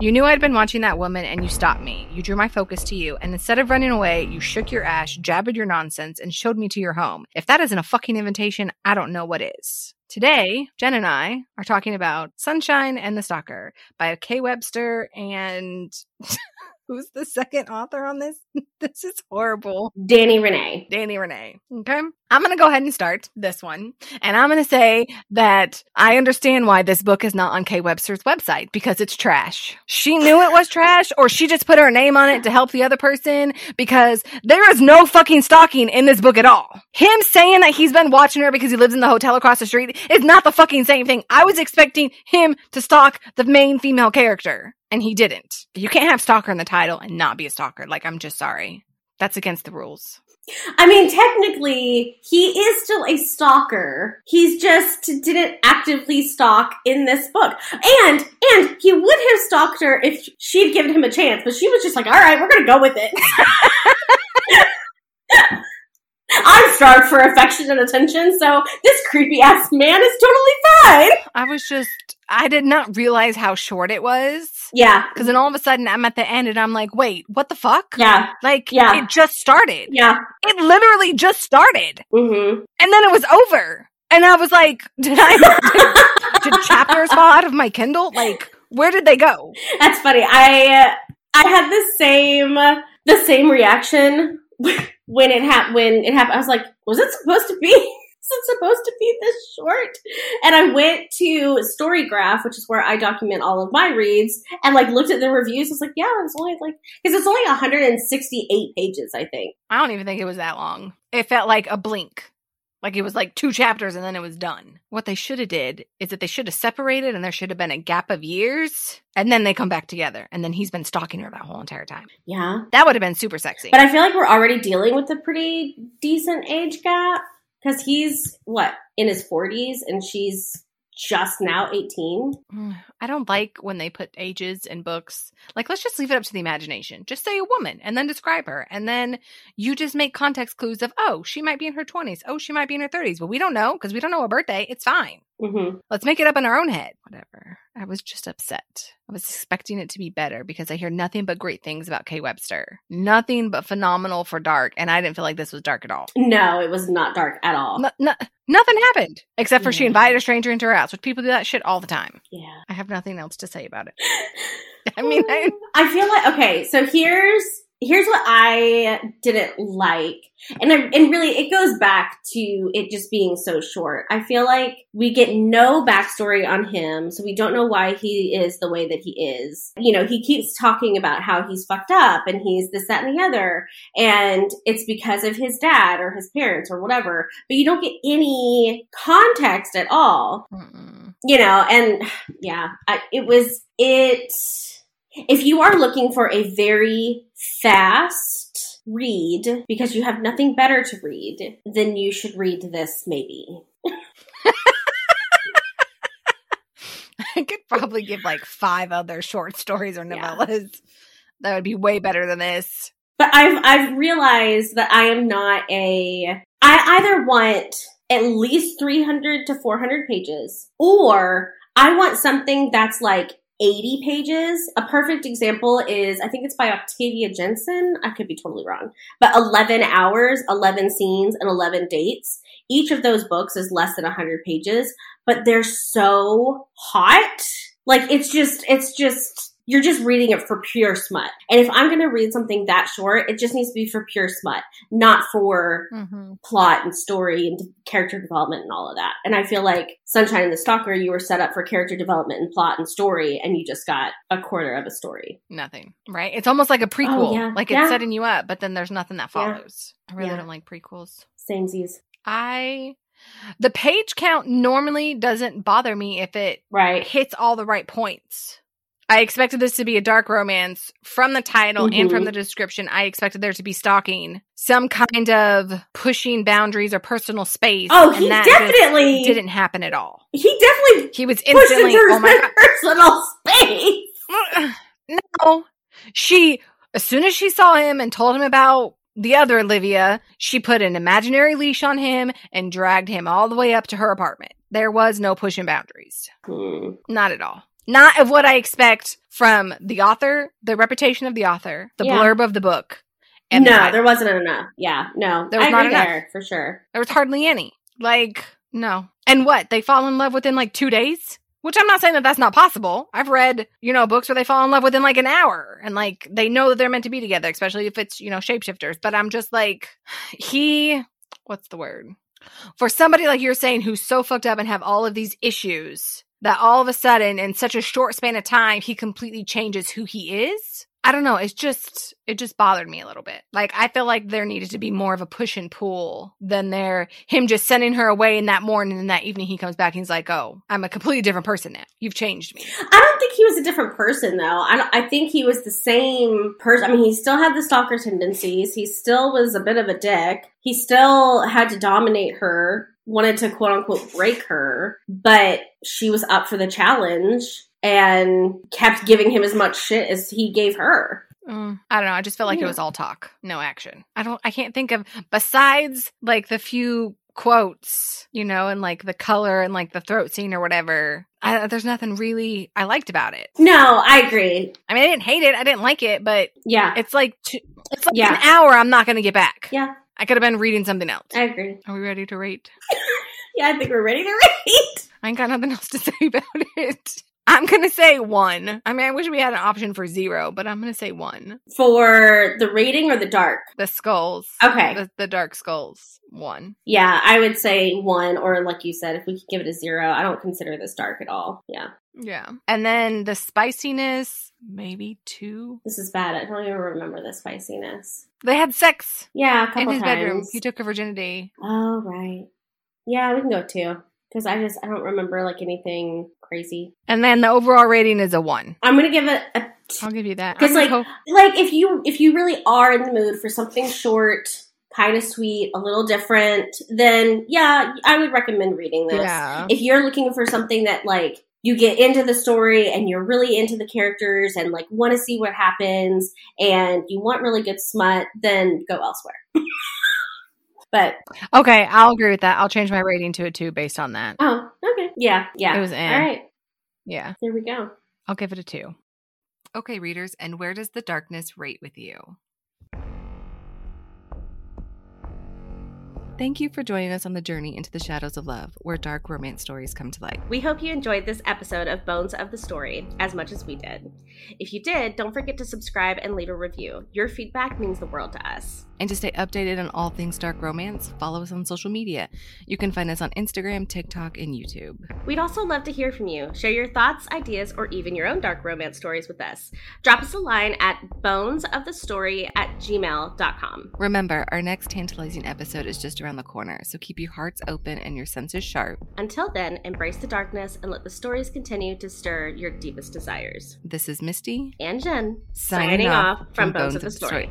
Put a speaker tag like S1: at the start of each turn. S1: You knew I'd been watching that woman and you stopped me. You drew my focus to you, and instead of running away, you shook your ash, jabbered your nonsense, and showed me to your home. If that isn't a fucking invitation, I don't know what is. Today, Jen and I are talking about Sunshine and the Stalker by Kay Webster and who's the second author on this? this is horrible.
S2: Danny Renee.
S1: Danny Renee. Okay. I'm going to go ahead and start this one. And I'm going to say that I understand why this book is not on Kay Webster's website because it's trash. She knew it was trash or she just put her name on it to help the other person because there is no fucking stalking in this book at all. Him saying that he's been watching her because he lives in the hotel across the street is not the fucking same thing. I was expecting him to stalk the main female character and he didn't. You can't have stalker in the title and not be a stalker. Like, I'm just sorry. That's against the rules.
S2: I mean, technically, he is still a stalker. He's just didn't actively stalk in this book. And and he would have stalked her if she'd given him a chance, but she was just like, "All right, we're going to go with it." I'm starved for affection and attention, so this creepy ass man is totally fine.
S1: I was just, I did not realize how short it was.
S2: Yeah.
S1: Cause then all of a sudden I'm at the end and I'm like, wait, what the fuck?
S2: Yeah.
S1: Like,
S2: Yeah.
S1: it just started.
S2: Yeah.
S1: It literally just started.
S2: Mhm.
S1: And then it was over. And I was like, did I, did, did chapters fall out of my Kindle? Like, where did they go?
S2: That's funny. I uh, I had the same the same reaction when it happened. When it happened, I was like, "Was it supposed to be? Is it supposed to be this short?" And I went to Storygraph, which is where I document all of my reads, and like looked at the reviews. I was like, "Yeah, it's only like because it's only 168 pages, I think."
S1: I don't even think it was that long. It felt like a blink. Like it was like two chapters and then it was done. What they should have did is that they should have separated and there should have been a gap of years and then they come back together and then he's been stalking her that whole entire time.
S2: Yeah,
S1: That would have been super sexy.
S2: but I feel like we're already dealing with a pretty decent age gap because he's what in his 40s and she's just now 18.
S1: Mm, I don't like when they put ages in books. Like, let's just leave it up to the imagination. Just say a woman and then describe her. And then you just make context clues of, oh, she might be in her 20s. Oh, she might be in her 30s. But we don't know because we don't know her birthday. It's fine.
S2: hmm
S1: Let's make it up in our own head. Whatever. I was just upset. I was expecting it to be better because I hear nothing but great things about Kay Webster. Nothing but phenomenal for dark. And I didn't feel like this was dark at all.
S2: No, it was not dark at all.
S1: No, no, nothing happened except for she
S2: Yeah.
S1: invited a stranger into her house, which people do that shit all the time.
S2: Yeah.
S1: I have nothing else to say about it. I mean, I,
S2: I feel like okay, so here's here's what I didn't like. And I, and really it goes back to it just being so short. I feel like we get no backstory on him, so we don't know why he is the way that he is. You know, he keeps talking about how he's fucked up and he's this, that, and the other, and it's because of his dad or his parents or whatever, but you don't get any context at all.
S1: Mm-mm.
S2: you know, and yeah, I, it was it. If you are looking for a very fast read because you have nothing better to read, then you should read this maybe.
S1: I could probably give like five other short stories or
S2: Yeah.
S1: novellas that would be way better than this.
S2: But I've I've realized that I am not a I either want at least 300 to 400 pages or I want something that's like 80 pages. A perfect example is I think it's by Octavia Jensen. I could be totally wrong. But 11 hours, 11 scenes and 11 dates. Each of those books is less than 100 pages, but they're so hot. Like it's just it's just you're just reading it for pure smut. And if I'm going to read something that short, it just needs to be for pure smut, not for
S1: Mm-hmm.
S2: plot and story and character development and all of that. And I feel like Sunshine and the Stalker, you were set up for character development and plot and story, and you just got a quarter of a story.
S1: Nothing, Oh, right? It's almost like a prequel.
S2: yeah.
S1: Like it's
S2: Yeah.
S1: setting you up, but then there's nothing that
S2: Yeah.
S1: follows. I really
S2: Yeah.
S1: don't like prequels.
S2: Samesies.
S1: I, the page count normally doesn't bother me if it
S2: Right.
S1: hits all the right points. I expected this to be a dark romance from the title and from
S2: Mhm.
S1: the description. I expected there to be stalking, some kind of pushing boundaries or personal space.
S2: Oh,
S1: and
S2: he
S1: that just
S2: definitely
S1: didn't happen at all.
S2: He definitely
S1: He was
S2: pushed
S1: instantly,
S2: into
S1: oh
S2: her
S1: my
S2: personal space.
S1: god, no. She, as soon as she saw him and told him about the other Olivia, she put an imaginary leash on him and dragged him all the way up to her apartment. There was no pushing boundaries,
S2: Hmm.
S1: not at all. not of what I expect from the author, the reputation of the author, the
S2: Yeah.
S1: blurb of the book.
S2: no,
S1: the title.
S2: there wasn't enough. Yeah, no,
S1: There was
S2: I
S1: not
S2: agree
S1: enough.
S2: there for sure.
S1: There was hardly any. Like, no. And what? They fall in love within like two days? Which I'm not saying that that's not possible. I've read, you know, books where they fall in love within like an hour and like they know that they're meant to be together, especially if it's, you know, shapeshifters. But I'm just like, he, what's the word? For somebody like you're saying who's so fucked up and have all of these issues that all of a sudden in such a short span of time, he completely changes who he is. I don't know. It's just, it just bothered me a little bit. Like, I feel like there needed to be more of a push and pull than there, him just sending her away in that morning and that evening he comes back and he's like, oh, I'm a completely different person now. You've changed me.
S2: I don't think he was a different person though. I, don't- I think he was the same person. I mean, he still had the stalker tendencies. He still was a bit of a dick. He still had to dominate her, wanted to quote unquote break her, but she was up for the challenge and kept giving him as much shit as he gave her.
S1: Mm, I don't know. I just felt like
S2: Yeah.
S1: it was all talk, no action. I don't, I can't think of, besides like the few quotes, you know, and like the color and like the throat scene or whatever, I, there's nothing really I liked about it.
S2: No, I agree.
S1: I mean, I didn't hate it. I didn't like it, but
S2: Yeah,
S1: it's like, t- it's like
S2: Yeah.
S1: an hour I'm not going to get back.
S2: Yeah.
S1: I could have been reading something else.
S2: I agree.
S1: Are we ready to rate?
S2: Yeah, I think we're ready to rate.
S1: I ain't got nothing else to say about it. I'm going to say one. I mean, I wish we had an option for zero, but I'm going to say one.
S2: For the rating or the dark?
S1: The skulls.
S2: Okay.
S1: The, the dark skulls. One.
S2: Yeah, I would say one, or like you said, if we could give it a zero, I don't consider this dark at all. Yeah,
S1: Yeah. And then the spiciness, maybe two.
S2: this is bad. I don't even remember the spiciness.
S1: They had sex
S2: Yeah, a couple
S1: in his
S2: times.
S1: bedroom. He took her virginity.
S2: oh right. Yeah, we can go two because I just I don't remember like anything crazy.
S1: And then the overall rating is a one.
S2: I'm gonna give it a two.
S1: I'll give you that.
S2: 'Cause,
S1: I'm
S2: like,
S1: ho-
S2: like if you if you really are in the mood for something short. Kind of sweet, a little different, then yeah, I would recommend reading this.
S1: yeah.
S2: if you're looking for something that like you get into the story and you're really into the characters and like want to see what happens and you want really good smut, then go elsewhere. but
S1: Okay, I'll agree with that. I'll change my rating to a two based on that.
S2: oh, okay, yeah, Oh, yeah.
S1: It was eh.
S2: All right,
S1: Yeah,
S2: there we go.
S1: I'll give it a two. Okay, readers, and where does the darkness rate with you? Thank you for joining us on the journey into the shadows of love, where dark romance stories come to light.
S2: We hope you enjoyed this episode of Bones of the Story as much as we did. If you did, don't forget to subscribe and leave a review. Your feedback means the world to us.
S1: And to stay updated on all things dark romance, follow us on social media. You can find us on Instagram, TikTok, and YouTube.
S2: We'd also love to hear from you. Share your thoughts, ideas, or even your own dark romance stories with us. Drop us a line at bonesofthestory at gmail.com.
S1: Remember, our next tantalizing episode is just around the corner, so keep your hearts open and your senses sharp.
S2: Until then, embrace the darkness and let the stories continue to stir your deepest desires.
S1: This is Misty
S2: And Jen,
S1: Signing off from Bones of the Story.